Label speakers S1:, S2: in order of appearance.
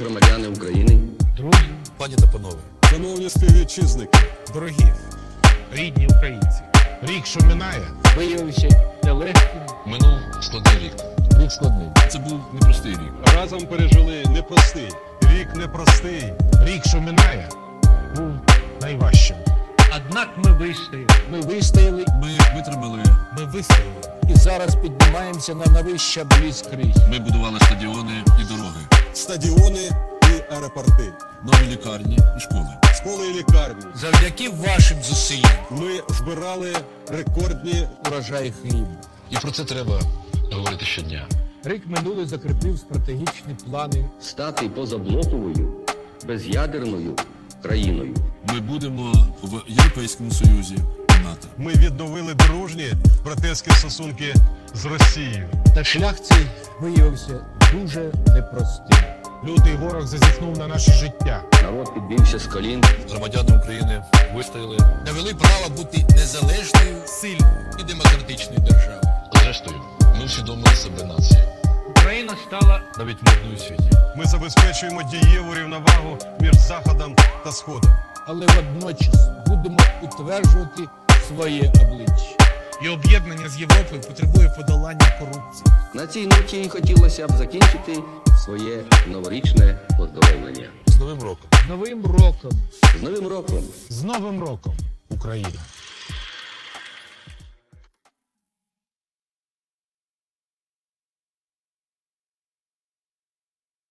S1: громадяни України.
S2: Друзі,
S3: Пані та панове,
S4: Шановні співвітчизники,
S3: дорогі,
S2: рідні українці, рік, що минає, виявився нелегким.
S5: Минув складний рік. Був складний. Це був непростий рік.
S4: разом пережили непростий рік непростий.
S2: Рік, що минає, був найважчим. Однак ми вийшли.
S6: Ми вистояли
S5: Ми витримали.
S3: ми вистояли.
S6: і зараз піднімаємося на новища бліцкрізь.
S5: Ми будували стадіони і дороги,
S4: Стадіони і аеропорти,
S5: нові лікарні і школи.
S4: школи і лікарні.
S6: Завдяки вашим зусиллям
S4: Ми збирали рекордні
S6: урожай хліб.
S5: І про це треба говорити щодня.
S6: Рік минулий закріпив стратегічні плани.
S1: Стати позаблоковою, без'ядерною країною.
S5: Ми будемо в Європейському Союзі і НАТО.
S4: ми відновили дружні братерські стосунки з Росією.
S6: Та шлях цей виявився дуже непростим.
S2: Лютий ворог зазіхнув на наше життя.
S1: Народ підбився з колін,
S5: Громадяни України вистояли. Навели право бути незалежною, сильною і демократичною державою. Зрештою, ми усвідомили себе нацією.
S2: Україна стала
S5: Навіть мирною у світі.
S4: Ми забезпечуємо дієву рівновагу між заходом та сходом.
S6: Але водночас будемо утверджувати своє обличчя.
S3: І об'єднання з Європою потребує подолання корупції.
S1: на цій ноті і хотілося б закінчити своє новорічне поздоровлення.
S3: З новим роком.
S6: З Новим роком!
S1: З Новим роком!
S2: з Новим роком Україна.